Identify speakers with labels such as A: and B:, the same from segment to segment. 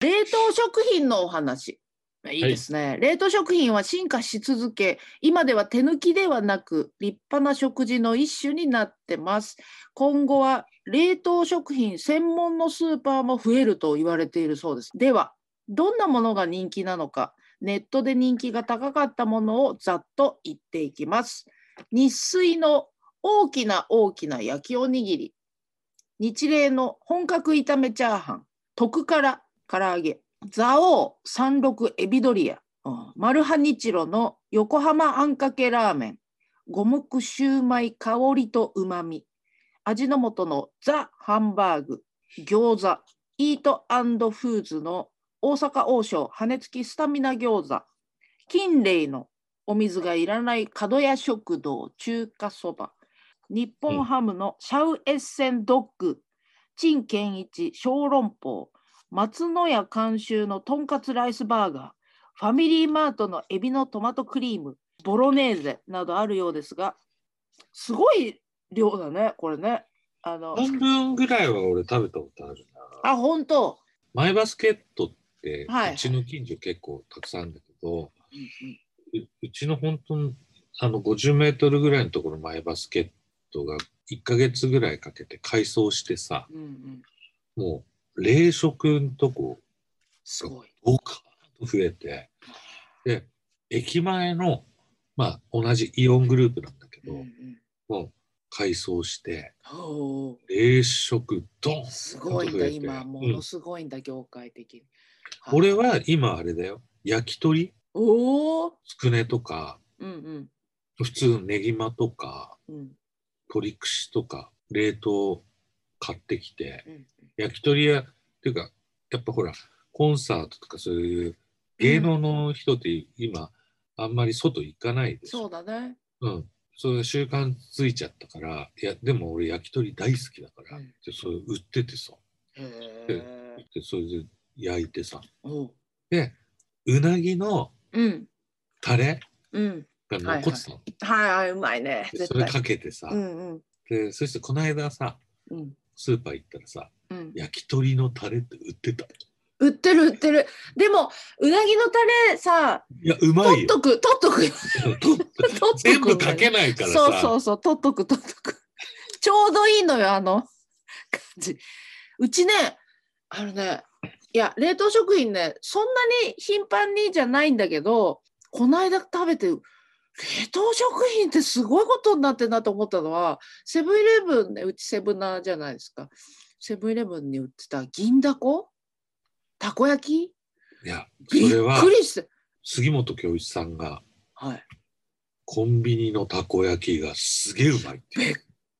A: 冷凍食品のお話。いいですね、冷凍食品は進化し続け今では手抜きではなく立派な食事の一種になってます今後は冷凍食品専門のスーパーも増えると言われているそうですではどんなものが人気なのかネットで人気が高かったものをざっと言っていきます日水の大きな大きな焼きおにぎり日霊の本格炒めチャーハン特から唐揚げ蔵王三六エビドリア、うん、マルハニチロの横浜あんかけラーメン五目シューマイ香りとうまみ味の素のザ・ハンバーグ餃子イートフーズの大阪王将羽根付きスタミナ餃子金麗のお水がいらない角屋食堂中華そば日本ハムのシャウエッセンドッグ陳健一小籠包松野屋監修のとんかつライスバーガー、ファミリーマートのエビのトマトクリーム、ボロネーゼなどあるようですが、すごい量だね、これね。あの
B: 半分ぐらいは俺食べたことあるな。
A: あ、本当。
B: マイバスケットって、
A: はいう
B: ちの近所結構たくさんあるんだけど、ううちの本当にあの50メートルぐらいのところマイバスケットが1ヶ月ぐらいかけて改装してさ、
A: うんうん、
B: もう冷食のとこ
A: すごい。
B: ドカーンと増えてで駅前のまあ同じイオングループなんだけ
A: う
B: ど、
A: んうん
B: もう改装して
A: ほ
B: 冷食ドン
A: うすごいんだ、
B: ちょっと増えて
A: 今、ものすごいんだ、業界的に。い
B: 俺は今あれだよ焼き鳥
A: おお、
B: つくねとか
A: うんうん
B: 普通のねぎまとか
A: うん
B: 鶏串とか冷凍買ってきて
A: うんうん
B: 焼き鳥屋っていうかやっぱほらコンサートとかそういう芸能の人って今、あんまり外行かないでしょ
A: そうだね。
B: うん、それ習慣ついちゃったからいやでも俺焼き鳥大好きだから、
A: うん
B: でそれ売っててさ
A: へえ。
B: でそれで焼いてさ
A: おう
B: でうなぎの
A: うん
B: タレ
A: うん。
B: が残ってたの、
A: はいはい、うまいね。
B: で
A: 絶
B: それ
A: 対。
B: かけてさ、
A: うんうん
B: でそしてこの間さ
A: うん
B: スーパー行ったらさ
A: うん。
B: 焼き鳥のタレって売ってた
A: 売ってる売ってるでもうなぎのタレさ
B: いやうま
A: 取っ
B: いよ
A: とく取っとく
B: 取って
A: 取っとく
B: 全部かけないからさ
A: そうそうそう取っとく取っとく ちょうどいいのよあの感じうちねあのねいや冷凍食品ねそんなに頻繁にじゃないんだけどこないだ食べて冷凍食品ってすごいことになってんなと思ったのはセブンイレブンねうちセブナーじゃないですかセブンイレブンに売ってた銀だこたこ焼き
B: いやそ
A: びっ
B: れは
A: くりして。
B: 杉本恭一さんが
A: はい。
B: コンビニのたこ焼きがすげえうまいって
A: びっ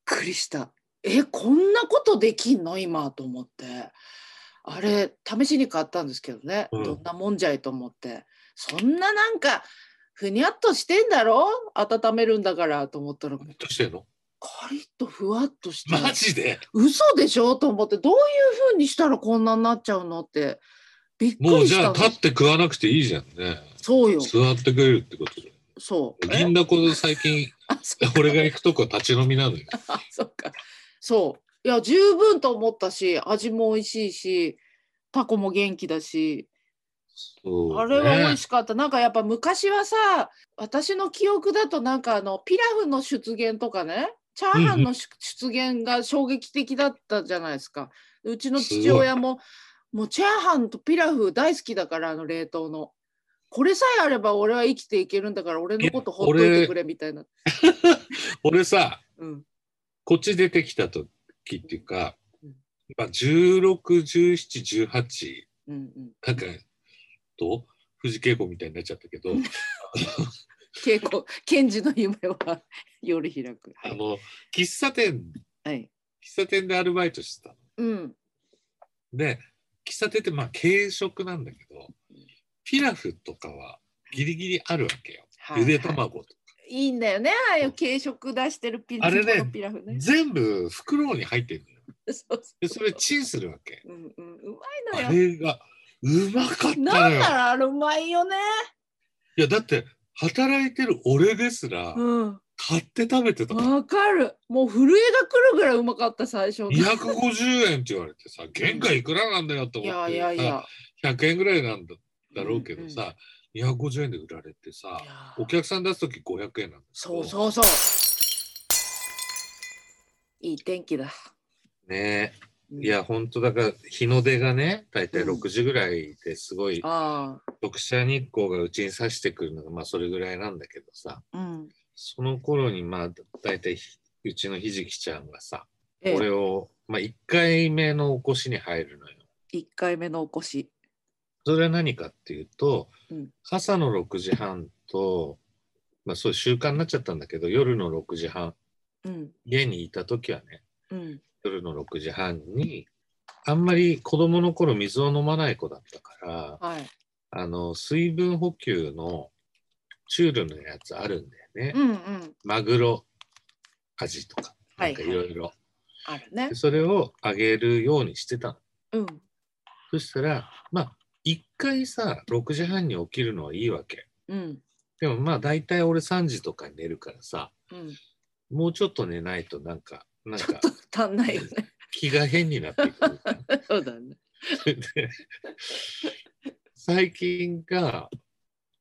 A: くりした。え、こんなことできんの今と思って。あれ、試しに買ったんですけどね。
B: うん
A: どんなもんじゃいと思って。そんななんか、ふにゃっとしてんだろ温めるんだからと思ったら、
B: どうしてんの
A: カリッとふわっとして。
B: マジで
A: 嘘でしょと思って、どういうふうにしたらこんなになっちゃうのって。びっく
B: もう
A: りし
B: じ
A: た
B: ゃ
A: の
B: あ立って食わなくていいじゃんね。
A: そうよ。
B: 座ってくれるってことで。
A: そう。え
B: 銀だこ最近
A: あそうか
B: 俺が行くとこ立ち飲みなのよ。
A: あそっか。そう。いや、十分と思ったし、味も美味しいし、タコも元気だし、
B: そうね
A: あれは美味しかった。なんかやっぱ昔はさ、私の記憶だとなんかあの、ピラフの出現とかね、チャーハンの出出現が衝撃的だったじゃないですか。うちの父親も、もうチャーハンとピラフ大好きだから、あの冷凍の。これさえあれば俺は生きていけるんだから俺のことほっといてくれみたいな。
B: 俺さ、
A: うん。
B: こっち出てきた時っていうか
A: うん、
B: まあ、16、17、18、
A: うんうん。
B: なんか、と富士稽古みたいになっちゃったけど、
A: 稽古、賢治の夢は夜開く。は
B: あ
A: い。
B: の、喫茶店、
A: はい、
B: 喫茶店でアルバイトしてたの。
A: うん。
B: で、喫茶店ってまあ軽食なんだけど、ピラフとかはギリギリあるわけよ。
A: はい
B: ゆで
A: はい
B: 卵とか。
A: いいんだよね。ああいう軽食出してるピラ
B: あ
A: フ、
B: れね
A: このピラフね。
B: 全部袋に入ってるのよ。
A: そうそう
B: でそれチンするわけ。
A: うんうん、うまい
B: あ
A: のよ。
B: れがうまかった
A: な
B: の
A: ん
B: よ。
A: ならあれうまいよね。
B: いやだって働いてる俺ですら、
A: うん。
B: 買って食べてた。
A: わかる。もう震えが来るぐらいうまかった最初。
B: 250円って言われてさ、原価いくらなんだよと
A: い
B: 思っ
A: や
B: て。
A: いやいや。
B: さ100円ぐらいなんだだろうけどさ、250円で売られてさ
A: い、や
B: お客さん出すとき500円なんだけ
A: そ
B: ど
A: うそうそう。いい天気だ。
B: ね
A: うん
B: い。や、本当だから、日の出がね、大体
A: うん
B: 6時ぐらいですごい、
A: あ
B: 読者日光がうちに差してくるのが、まあそれぐらいなんだけどさ、
A: あ。うん。
B: その頃に、まあ大体、うちのひじきちゃんがさ、
A: え
B: 俺
A: え、
B: を、まあ1回目のお越しに入るのよ。
A: 一回目のお越し。
B: それは何かっていうと、
A: うん
B: 朝の6時半と、まあそういう習慣になっちゃったんだけど、夜の6時半、
A: うん。
B: 家にいた時はね、
A: うん。
B: 夜の6時半に、あんまり子供の頃水を飲まない子だったから、
A: はい。
B: あの、水分補給のチュールのやつあるんだよね。
A: うんうん。
B: マグロ味とか、
A: は
B: ないんかいろいろ。
A: あるね
B: で。それをあげるようにしてたの。
A: うん。
B: そしたら、まあ、一回さ、6時半に起きるのはいいわけ。
A: うん。
B: でもまあ、大体俺3時とかに寝るからさ、
A: うん。
B: もうちょっと寝ないとなんか、なん
A: ちょっ
B: か
A: と足んないよ ね。
B: 気が変になってくる。
A: そうだね。
B: で最近が、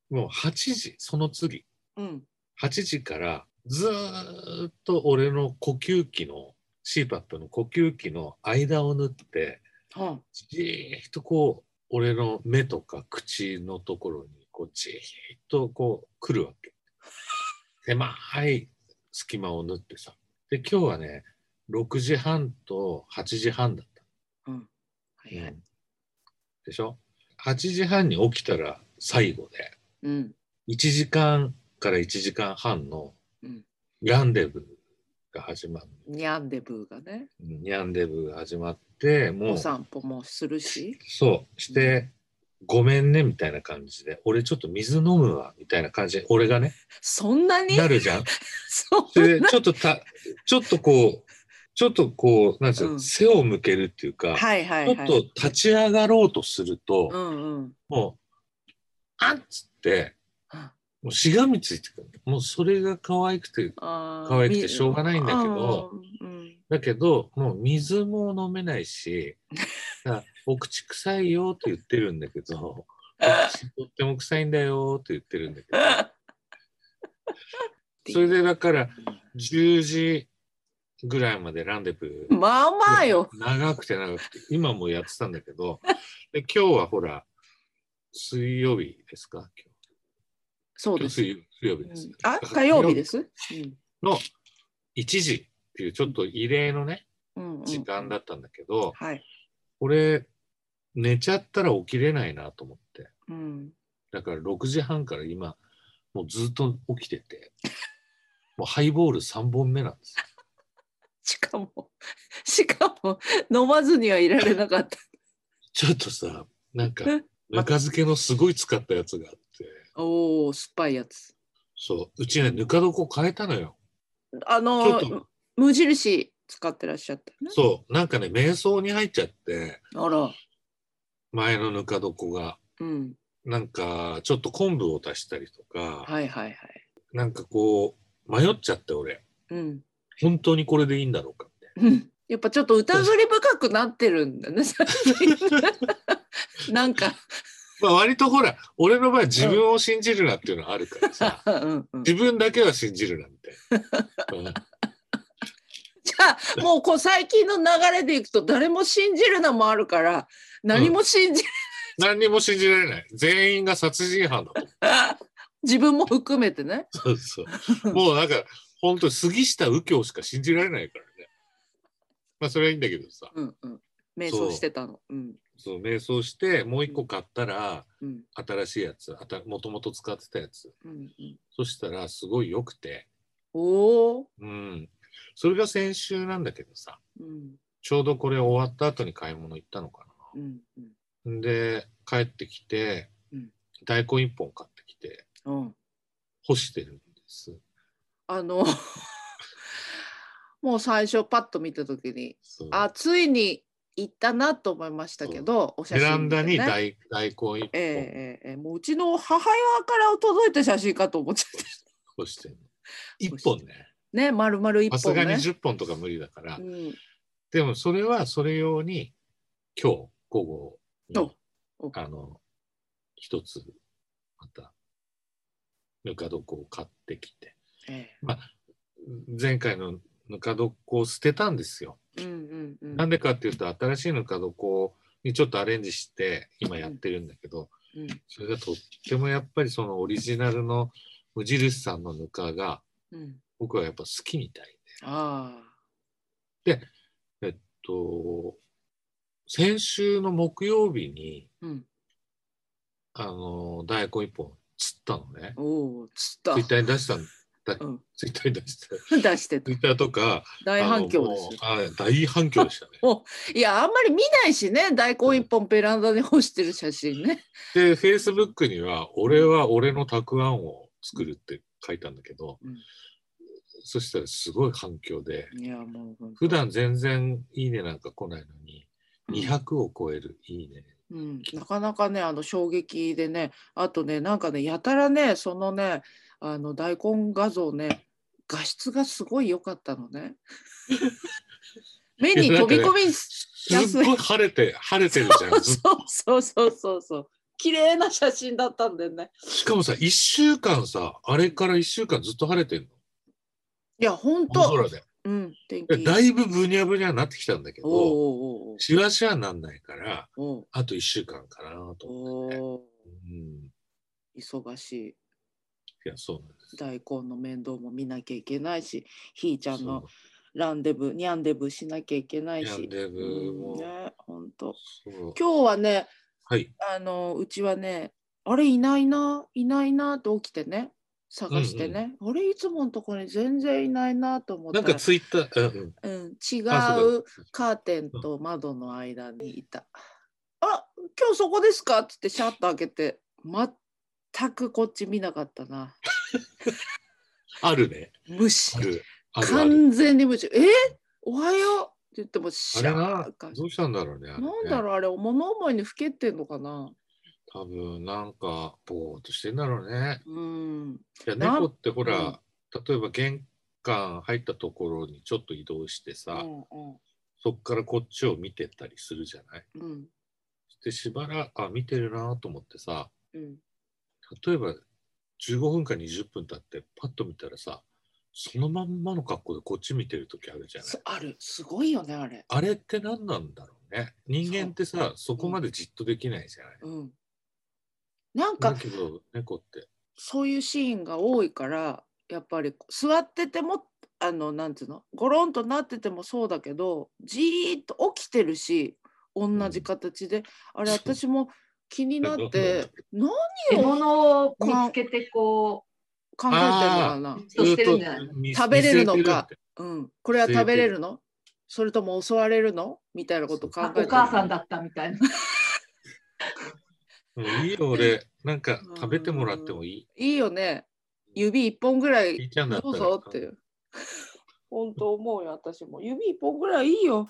B: もう8時、その次。
A: うん。
B: 8時からずーっと俺の呼吸器の CPAP の呼吸器の間を縫って
A: は
B: じーっとこう俺の目とか口のところにこうじーっとこう来るわけ狭い隙間を縫ってさで今日はね6時半と8時半だっ
A: あ。
B: た、
A: うん。はいはい。
B: でしょ8時半に起きたら最後で
A: うん。
B: 1時間から1時間半の
A: うん
B: ランデブーが始まる、
A: ニャンデブーがね。
B: ニャンデブーが始まっても
A: お
B: う
A: 散歩もするし。
B: そうして、ごめんねみたいな感じで俺ちょっと水飲むわみたいな感じで俺がね
A: そんなに。
B: なるじゃん。
A: そ。
B: そ うれでちょっとたちょっとこうちょっとこうなんつうの、
A: うん
B: 背を向けるっていうか、
A: はいはいはい。
B: ちょっと立ち上がろうとすると、
A: うんうん。
B: もうあっつって
A: あ
B: もうしがみついてくるもうそれが可愛くて
A: あー
B: 可愛くてしょうがないんだけど。
A: みうんうん
B: だけど、もう水も飲めな いし、あお口臭いよって言ってるんだけ ど、とっても臭いんだよって言ってるんだけど、それでだから10時ぐらいまでランデブー。
A: まあまあよ。
B: 長くて長くて、今もやってたんだけど、で今日はほら、水曜日ですか
A: そう
B: 今
A: で
B: 日今日
A: す。
B: 水水曜日
A: う
B: です、
A: んあ、火曜日です。うん
B: の1時っていうちょっと異例のね、
A: うんうん
B: 時間だ。ったんだけど、
A: はい。
B: 俺、寝ちゃったら起きれないなと思って。
A: うん。
B: だから6時半から今、もうずっと起きてて、もうハイボール3本目なんですよ。
A: しかも。 しかも。飲まずにはいられなかった。
B: ちょっとさ、なんか
A: え、
B: ぬか漬けのすごい使ったやつがあって、
A: おお、酸っぱいやつ。
B: そう、うちね、ぬか床変えたのよ。
A: あの
B: ちょっと。
A: 無印使ってらっしゃったね。
B: そう、なんかね、瞑想に入っちゃって、
A: あら。
B: 前のぬか床が。
A: うん。
B: なんか、ちょっと昆布を足したりとか、
A: はいはいはい。
B: なんかこう、迷っちゃって俺、
A: うん。
B: 本当にこれでいいんだろうかって。
A: うんやっぱちょっと疑り深くなってるんだね、最近なんか、
B: まあ割とほら、俺の場合自分を信じるなっていうのはあるからさ、
A: うんうん、じ
B: 自分だけは信じるなみた いな。うん
A: ゃあもうこう最近の流れでいくと誰も信じるのもあるから何も信じ、
B: 何にも信じられない。全員が殺人犯だと 思
A: 自分も含めてね
B: う。そうそう。もうなんか、本当に杉下右京しか信じられないからね。まあそれはいいんだけどさ、
A: うんうん瞑想してたのうん
B: そう、瞑想して、もう一個買ったら、
A: うん
B: 新しいやつ、もともと使ってたやつ。
A: うんうん
B: そしたら、すごい良くて。
A: おー
B: うん。それが先週なんだけどさ、
A: うん
B: ちょうどこれ終わった後に買い物行ったのかな。
A: うんうん
B: で帰ってきて、
A: うん
B: 大根一本買ってきて
A: うん
B: 干してるんです
A: あの もう最初パッと見た時に
B: そう
A: あついに行ったなと思いましたけどお写
B: ベ
A: 真
B: ランダに
A: 見てね
B: 大,、大根一本
A: ええええええもううちの母親から届いた写真かと思っちゃっ
B: 干してる1本ね
A: ね、 丸々一
B: さす
A: 本
B: がに
A: ね。
B: 10本とか無理だから、
A: うん、
B: でもそれはそれ用に今日午後に
A: おお
B: あの一つまたぬか床を買ってきて
A: え
B: 前回のぬか床を捨てたんですよ。
A: え、うんうんうん。
B: なんでかっていうと新しいぬか床にちょっとアレンジして今やってるんだけど
A: うん
B: それがとってもやっぱりそのオリジナルの無印さんのぬかが
A: うん、
B: 僕はやっぱ好きみたい
A: あ
B: えっと、先週の木曜日に、
A: あ、うん、
B: あの、大根一本釣ったのね。
A: おお、つった
B: ツイッ。ターに出したんだ、
A: うん
B: ツイッターに出した。
A: 出して
B: ツ
A: た
B: イッターとか。
A: 大反響で
B: あのもうあ大反響でしたね。
A: す。いや、あんまり見ないしね、大根一本ベランダで干してる写真ね。
B: で、Facebook には、俺は俺のたくあんを作るって書いたんだけど、
A: うん
B: そしたらすごい反響で、
A: いや、もう本当
B: 普段全然いいねなんか来ないのに、200を超えるいいね。
A: うん、なかなかねあの衝撃でねあとねなんかねやたらねそのねあの大根画像ね画質がすごい良かったの ね目に飛び込み
B: すっごい晴れて、晴れてるじゃん。ずっと
A: そうそうそうそうそう綺麗な写真だったんだよね
B: しかもさ、1週間さ、あれから1週間ずっと晴れてんの。
A: いや本
B: 青
A: 当
B: 空で。
A: うん天気い
B: で
A: い
B: だいぶブニャブニャになってきたんだけ
A: お
B: ど、
A: うおう
B: しわしわになんないから、
A: おう
B: あと1週間かなと
A: お
B: 思って、ね。
A: お
B: うん。い
A: 忙しい
B: や、そうなんです。
A: 大根の面倒も見なきゃいけないしひーちゃんの
B: そ
A: ランデブニャンデブしなきゃいけな
B: う
A: い
B: ヤン
A: し
B: デブ
A: うん
B: も、
A: ね本当
B: そ
A: 今
B: う
A: 日はね
B: はい。
A: あのうちはねあれいないないないなと起きてね探してね、あれいつものとこに全然いないなと思った
B: なん
A: ら
B: かツイッター、うんうん、
A: うん、違
B: あそう
A: カーテンと窓の間にいた。あ今日そこですかっつってシャッと開けて全くこっち見なかったな。
B: あるね。
A: 無視
B: ある。あるある。
A: 完全に無視。えおはようって言ってもシ
B: あ
A: ャ
B: れ
A: ー
B: な
A: ッ、か
B: どうしたんだろうね。あれね
A: なんだろうあれ物思いにふけってんのかな。
B: 多分なんか、ぼーっとしてんだろうね。
A: うん。
B: いや
A: なん
B: 猫ってほら、
A: うん
B: 例えば玄関入ったところにちょっと移動してさ、
A: うん
B: そっからこっちを見てたりするじゃない
A: うんうん
B: でしばらくあ見てるなと思ってさ
A: うん。
B: 例えば15分か20分経ってパッと見たらさそのまんまの格好でこっち見てる時あるじゃない
A: すあるすごいよねあれ。
B: あれって何なんだろうね人間ってさそこまでじっとできないじゃない、
A: うん。なんか
B: だけど猫って
A: そういうシーンが多いからやっぱり座っててもあのなんていうのゴロンとなっててもそうだけどじーっと起きてるし同じ形で、あれ
B: そう
A: 私も気になって何を
C: 獲物を見つけてこ
A: 考えてるのかな、
C: じっとしてるんじゃないの
B: ずっと見
A: 食べれるのか
B: 見据えてるって
A: うん、これは食べれるのそれとも襲われるのみたいなこと
C: う
A: 考
C: あ
A: えて
C: お
A: る
C: 母さんだったみたいな
B: うんいいよ俺なんか食べてもらってもいい
A: いいよね指一本ぐらい
B: いいちゃんだった
A: どう
B: ら
A: ぞっていう。 本当思うよ私も指一本ぐらいいいよ。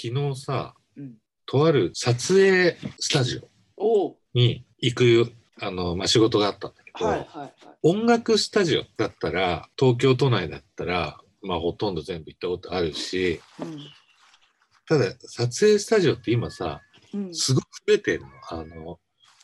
B: 昨日さ、
A: うん
B: とある撮影スタジオ
A: おお
B: に行くあの、まあ、仕事があったんだけど、
A: はいはいはい。
B: 音楽スタジオだったら東京都内だったら、まあ、ほとんど全部行ったことあるし
A: うん
B: ただ撮影スタジオって今さ
A: うん、
B: すごく増えてるのあの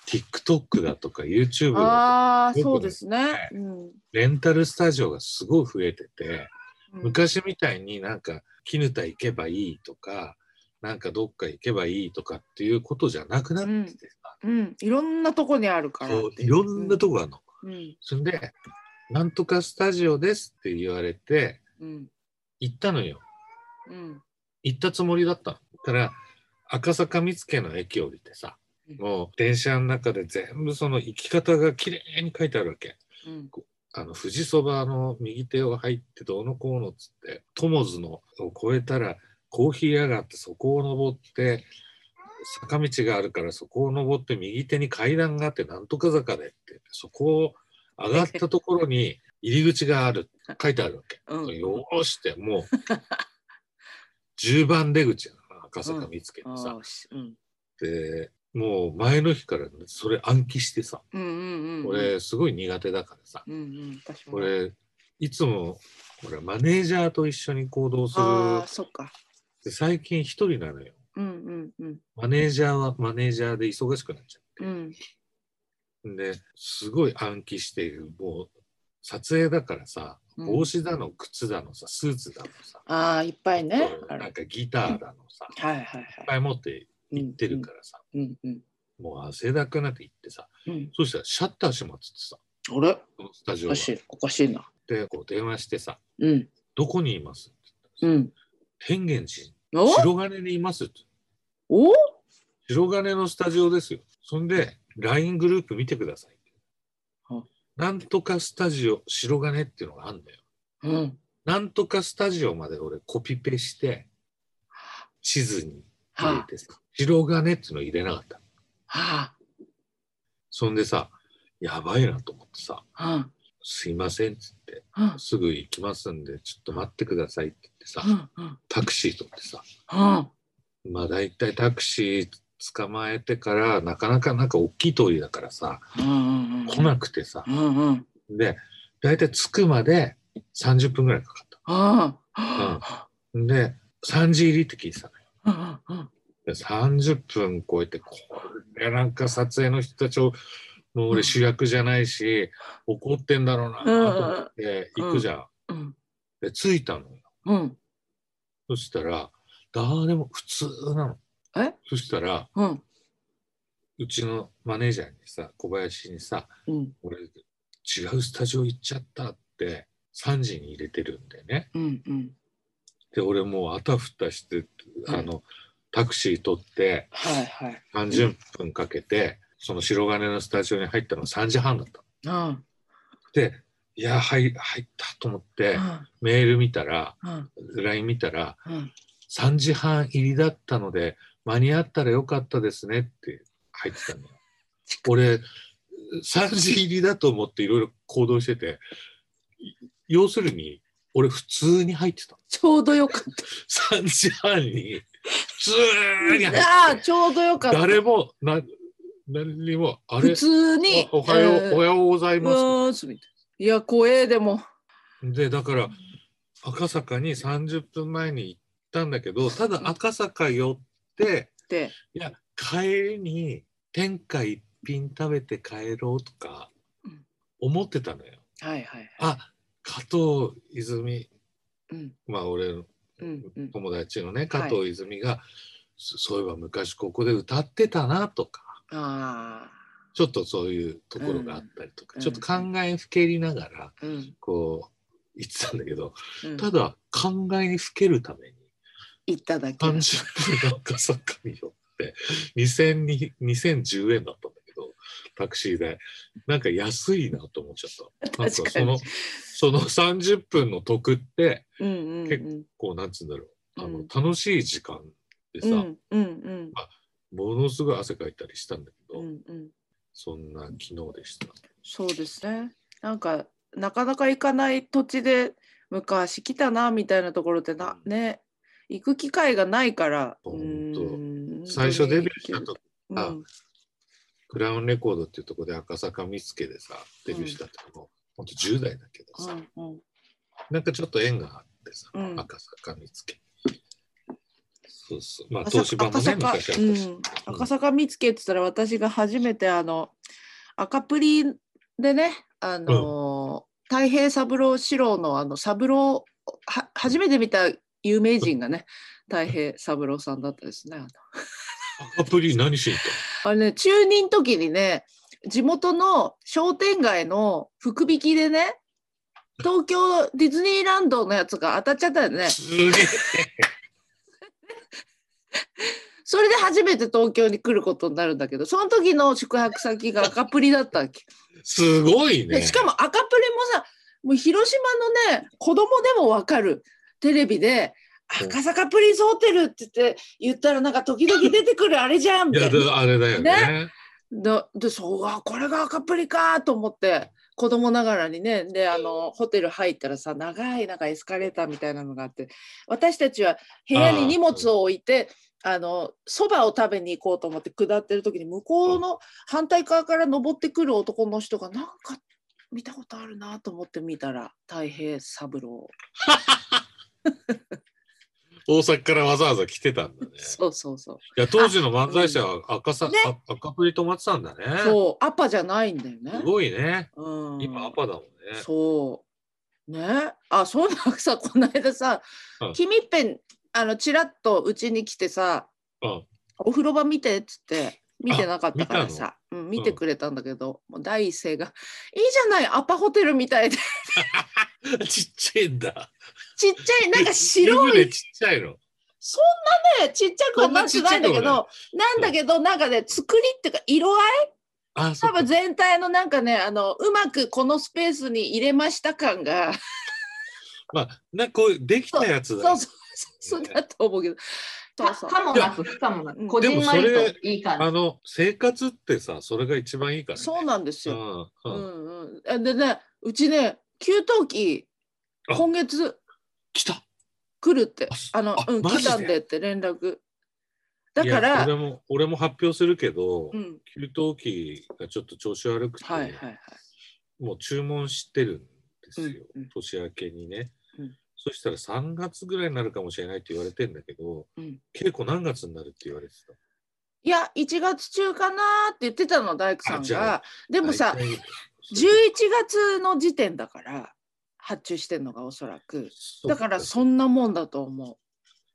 B: TikTok だとか YouTube だとか
A: ああ
B: よく
A: そうですね
B: ね。
A: うん
B: レンタルスタジオがすごい増えてて
A: うん
B: 昔みたいになんか絹田行けばいいとかなんかどっか行けばいいとかっていうことじゃなくなってきてさ、
A: うん、いろんなとこにあるから。
B: そういろんなとこあるの。
A: うん
B: そんで、なんとかスタジオですって言われて、
A: うん
B: 行ったのよ。
A: うん
B: 行ったつもりだったの。だから、赤坂見附の駅降りてさ、
A: うん
B: もう電車の中で全部その行き方が綺麗に書いてあるわけ。
A: うん
B: あの、富士そばの右手を入ってどうのこうのっつって、友津のを越えたら、コーヒー屋があってそこを登って、坂道があるからそこを登って右手に階段があってなんとか坂でってそこを上がったところに入り口があるって書いてあるわけ。
A: うん
B: よーしっ てもう10番出口やな赤坂見つけて
A: あ
B: さ
A: ーしうん
B: でもう前の日からそれ暗記してさ、
A: うんうんうん。
B: 俺すごい苦手だからさ、
A: うんうん、私も。
B: 俺いつも俺マネージャーと一緒に行動する
A: ああ、そっか。
B: で最近一人なのよ
A: うんうんうん。
B: マネージャーはマネージャーで忙しくなっちゃって、
A: うん
B: ですごい暗記してもう撮影だからさ
A: うん
B: 帽子だの靴だのさスーツだのさ、
A: ああ、いっぱいね。あ
B: な
A: る
B: んかギターだのさ、いっ
A: はいはいは
B: ぱい持って
A: い。
B: 行ってるからさ、
A: ら。うんうん。
B: もう汗だくになって行ってさ
A: うん。
B: そしたらシャッター閉まっててさ
A: あれ
B: スタジ
A: お
B: オが
A: かしい、おかしいな。
B: でこう電話してさ
A: うん。
B: 「どこにいます?」って
A: う
B: 言ったらさ
A: ん。
B: 天元寺
A: お
B: 白金にいます」って
A: お
B: 白金のスタジオですよ。そんで、LINE グループ見てください
A: は。
B: なんとかスタジオ、白金っていうのがあるんだよ。
A: うん。
B: なんとかスタジオまで俺コピペして、地図に入れてさ、白金っていうの入れなかった。
A: は
B: そんでさ、やばいなと思ってさ、
A: あ。うん。
B: すいませんっつって、
A: うん。
B: すぐ行きますんで、ちょっと待ってくださいって言ってさ
A: う、ん。うん。
B: タクシー取ってさ、
A: うん。
B: まあ大体タクシー捕まえてから、なかなかなんか大きい通りだからさ、
A: うん。
B: 来なくてさ、
A: うんうん。うん。
B: で、大体着くまで30分ぐらいかかっ
A: うん。
B: た。で、3時入りって聞いてたのよ。
A: うん。うん。
B: で30分超えて、これなんか撮影の人たちを、もう
A: う
B: 俺
A: ん
B: 主役じゃないし、怒ってんだろうなと思って行くじゃん。
A: うん。
B: で、着いたのよ。
A: うん。
B: そしたら、誰も普通なの。
A: え
B: そしたら、
A: うん。
B: うちのマネージャーにさ、小林にさ、
A: うん。
B: 俺、違うスタジオ行っちゃったって、3時に入れてるんだよね。
A: うん。うん。
B: で俺もうあたふたしてあの、タクシー取って
A: はいはい。
B: 30分かけて、その白金のスタジオに入ったの3時半だった
A: うん。
B: でいや入入ったと思って
A: うん。
B: メール見たら
A: うん。
B: LINE 見たら
A: うん。
B: 3時半入りだったので間に合ったらよかったですねって入ってた のよ俺3時入りだと思っていろいろ行動しててい要するに俺普通に入ってた
A: ちょうどよかった。
B: 3時半に普通に入って
A: ああ、ちょうどよかった。
B: 誰もな誰にもあれ
A: 普通に。
B: おおはよう、お
A: はよ
B: はようございうま
A: ます。みたいな。いや、怖えでも。
B: すでだから赤坂に30分前に行ったんだけどただ赤坂寄って
A: って。
B: いや帰りに天下一品食べて帰ろうとか
A: うん
B: 思ってたのよ
A: はいはい。
B: あ加藤泉
A: うん。
B: まあ俺の
A: うん。うん。
B: 友達のね加藤泉が、そそういえば昔ここで歌ってたなとか
A: あ
B: ちょっとそういうところがあったりとか、
A: うん
B: ちょっと考えふけりながら
A: あ。うん。
B: こう言ってたんだけど、
A: うん
B: ただ考えにふけるために
A: いただきます。
B: 30分赤坂に寄って2000に2010円だったんだけどタクシー代なんか安いなと思っちゃった。なん
A: 確か
B: そ
A: に
B: のその30分の得って
A: うんうんうん。
B: こうなんつうんだろうあの、
A: うん
B: 楽しい時間でさ、
A: うんうんうん
B: ものすごい汗かいたりしたんだけ
A: う
B: ど、
A: んうん。
B: そんな昨日でした。
A: そうですね。なんかなかなか行かない土地で昔来たなみたいなところってなね行く機会がないから。
B: ほん
A: う
B: と
A: ーん
B: 最初デビューした時
A: うん
B: あクラウンレコードっていうところで赤坂見附でさデビューした時も、ほんと10代だけどさ、
A: うんうん
B: なんかちょっと縁があってさ、
A: うん
B: 赤坂見附そうそうまあ
A: 赤
B: 東芝
A: 坂
B: も
A: 赤
B: ね
A: 坂
B: 昔あったし、
A: うん赤坂見つけって言ったら私が初めてあの赤プリでねあのー、太平三郎四郎のあの三郎は初めて見た有名人がね太平三郎さんだったですね。あの
B: 赤プリ何しに行っ
A: あれね中任の時にね地元の商店街の福引きでね東京ディズニーランドのやつが当たっちゃったよね
B: たすげえ
A: それで初めて東京に来ることになるんだけどその時の宿泊先が赤プリだったわけ、
B: すごい
A: で
B: ね
A: しかも赤プリもさもう広島のね子供でもわかるテレビで「
B: うん
A: 赤坂プリンスホテル」って言って言ったらなんか時々出てくるあれじゃんみ
B: い
A: たい
B: や
A: な
B: であれだよね
A: だでそうあこれが赤プリかと思って子供ながらにねであのホテル入ったらさ長いなんかエスカレーターみたいなのがあって私たちは部屋に荷物を置いてあのそばを食べに行こうと思って下ってる時に向こうの反対側から登ってくる男の人がなんか見たことあるなと思って見たら太平三郎、
B: 大阪からわざわざ来てたんだね。
A: そうそうそう
B: いや当時の漫才師は赤さ、
A: ね
B: あ赤プリ止まってたんだね。
A: そうアパじゃないんだよね
B: す。ごいね。
A: うん、
B: 今アパだもんね。
A: そう。ね。あ、そうなんかさ、この間さ
B: うん、
A: 君っぺん、あの、ちらっとうちに来てさ、
B: うん
A: お風呂場見てっつって、見てなかったからさ、うん、見
B: う
A: て
B: ん
A: くれたんだけど、もう第一声が、いいじゃない、アパホテルみたいで、
B: ちっちゃいんだ。
A: ちっちゃい、なんか白
B: 湯船
A: い、
B: ちっちゃいの。
A: そんなね、ちっちゃくはなってないんだけ
B: そんなちっちゃくは
A: ど、なんだけど、なんかね、作りっていうか、色合い
B: あ、そ
A: 多
B: うか
A: 分。全体のなんかね、あの、うまくこのスペースに入れました感が、
B: まあ、なんかこういうできたやつ
A: そう
B: だ。
A: そうそうそうだと思うけど。そうそう
C: かもなく不可もな
A: う
C: く
A: ん
C: こじんまり
B: でもそ
C: といい感
B: あの生活ってさ、それが一番いいから、ね。
A: そうなんですよ。
B: よ。う
A: うん
B: うん。
A: んうんえ。でね、うちね、給湯器
B: あ
A: 今月
B: 来た。
A: 来るって
B: あす、
A: あの
B: あ
A: うん
B: マジ
A: 来
B: で
A: たんでって連絡。だか
B: いや
A: ら、
B: 俺も俺も発表するけど、
A: うん、
B: 給湯器がちょっと調子悪くて、
A: はいはいはい。
B: もう注文してるんですよ、
A: うんうん
B: 年明けにね、
A: うん
B: そしたら3月ぐらいになるかもしれないって言われてんだけど、
A: うん
B: 結構何月になるって言われて
A: いや、1月中かなーって言ってたの、大工さ
B: あ
A: ん
B: じゃあ
A: が。で
B: た
A: もさ、
B: 大体
A: 11月の時点だから、発注してんのがおそらく。
B: そう
A: だから、そんなもんだと思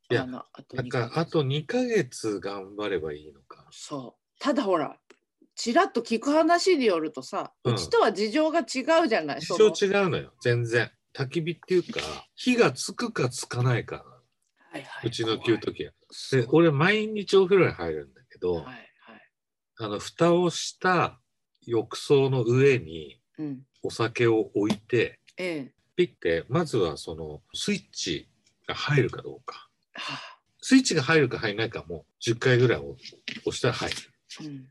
A: う。
B: いや
A: のあと
B: なん
A: 二ヶ
B: か
A: 月
B: あと2ヶ月頑張ればいいのか
A: そうただほらちらっと聞く話によるとさ、
B: う
A: うんちとは事情が違うじゃない
B: 一
A: そ
B: 生
A: の
B: 違うのよ全然焚き火っていうか火がつくかつかないかなの
A: はいはいう
B: ちの給湯器は
A: そう
B: で俺毎日お風呂に入るんだけど、
A: はいはい
B: あの蓋をした浴槽の上に
A: うん
B: お酒を置いて
A: ええ
B: ピッてまずはそのスイッチが入るかどうか
A: はあ
B: スイッチが入るか入らないかも10回ぐらい押押したら入る
A: うん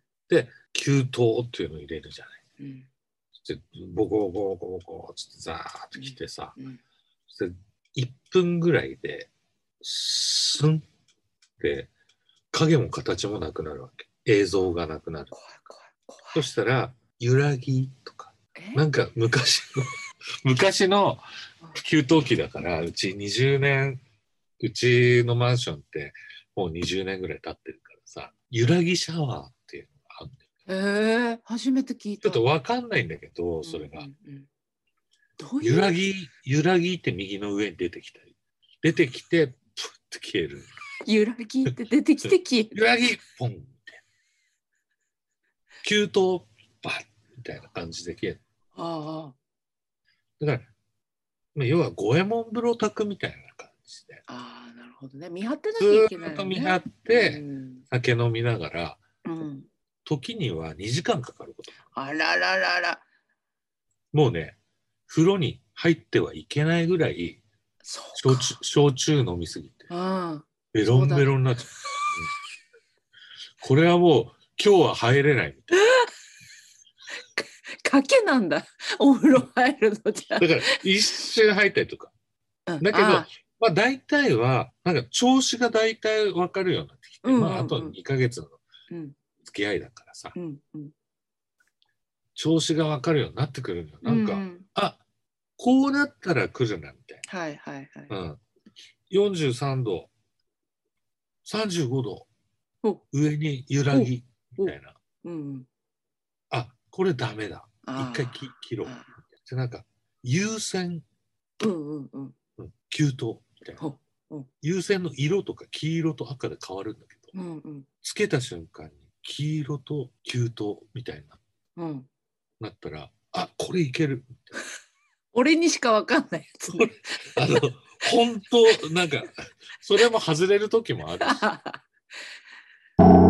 B: 給湯っていうのを入れるじゃない
A: うん
B: そしてボコボコボコボコつってザーッと来てさ
A: うん
B: そして1分ぐらいでスンって影も形もなくなるわけ映像がなくなる
A: 怖い怖い怖い
B: そしたら揺らぎとか
A: え
B: なんか昔の 昔の給湯器だからうち20年うちのマンションってもう20年ぐらい経ってるからさ揺らぎシャワーっていうのがあって
A: ええ初めて聞い
B: ちょ
A: た
B: っと分かんないんだけ
A: と
B: どそれが
A: どういう
B: 揺らぎ揺らぎって右の上に出てきたり出てきてプッて消える
A: 揺らぎって出てきて消え る
B: 揺らぎポンって給湯バッみたいな感じで消える
A: あ
B: だからまあ要は五右衛門風呂宅みたいな感じで
A: あああなるほどね見張ってな
B: ず
A: きゃいけない
B: ー
A: よ
B: っと
A: ね
B: 見張っ
A: う
B: て
A: ん
B: 酒飲みながら
A: うん
B: 時には2時間かかること
A: あらららら
B: もうね風呂に入ってはいけないぐらい
A: そう
B: 焼
A: か
B: 酎焼酎飲みすぎて
A: うん
B: ベロンベロンになっちゃううんこれはもう今日は入れないみたい
A: 賭けなんだ お風呂入るのじゃ
B: なだから一瞬入ったりとか
A: うん
B: だけど
A: あ
B: まあ大体はなんか調子が大体わかるようになってきて、
A: うんうんうん
B: まあ、あと2ヶ月の
A: うん
B: 付き合いだからさ
A: うんうん
B: 調子がわかるようになってくるのよなんか、
A: う
B: あこうなったら来るなみたいな。
A: はいはいはい、
B: うん、43度、35度
A: お、
B: 上に揺らぎみたいな。
A: うんうん、
B: あこれダメだ。
A: あ
B: 一
A: ー
B: 回き切ろう。
A: あ
B: でなんか、優先、
A: ーうんうんうん
B: うん給湯みたいな
A: ほうん。
B: 優先の色とか黄色と赤で変わるんだけど、
A: うんうん
B: つけた瞬間に黄色と給湯みたいな、
A: うん
B: なったら、あこれいける。
A: 俺にしかわかんないやつね、
B: あの、本当なんか、それも外れる時もあるし。
A: あはは